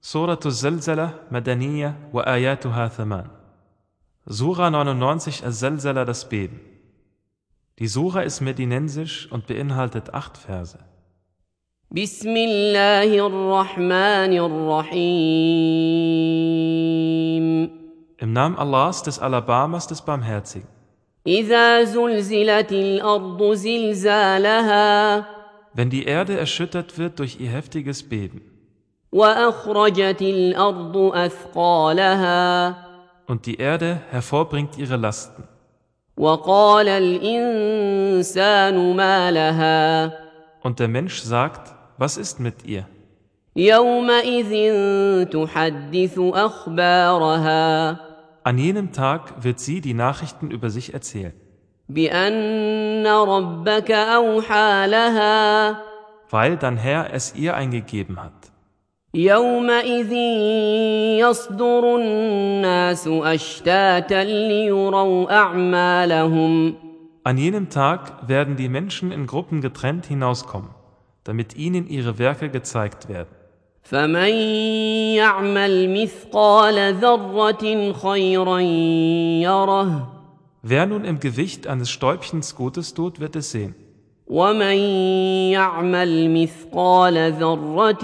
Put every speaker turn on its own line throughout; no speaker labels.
Surah Al-Zalzala, Madaniyya wa ayatuha thaman. Surah 99 Al-Zalzala, das Beben. Die Surah ist medinensisch und beinhaltet acht Verse.
بسم الله الرحمن الرحيم
Im Namen Allahs, des Alabamas, des Barmherzigen.
إذا زلزلت الأرض زلزالها
Wenn die Erde erschüttert wird durch ihr heftiges Beben
وأخرجت الأرض أثقالها
und die Erde hervorbringt ihre Lasten,
وقال الإنسان ما لها
und der Mensch sagt, was ist mit ihr?
يومئذ تحدث أخبارها
An jenem Tag wird sie die Nachrichten über sich erzählen,
بأن ربك أوحى لها
weil dein Herr es ihr eingegeben hat.
يومئذ يصدر الناس اشتاتا ليروا اعمالهم
An jenem Tag werden die Menschen in Gruppen getrennt hinauskommen, damit ihnen ihre Werke gezeigt werden.
فمن يعمل مثقال ذره خيرا يره
Wer nun im Gewicht eines Stäubchens Gutes tut, wird es sehen.
ومن يعمل مثقال ذره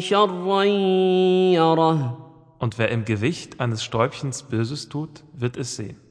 شرا يره
Und wer im Gewicht eines Stäubchens Böses tut, wird es sehen.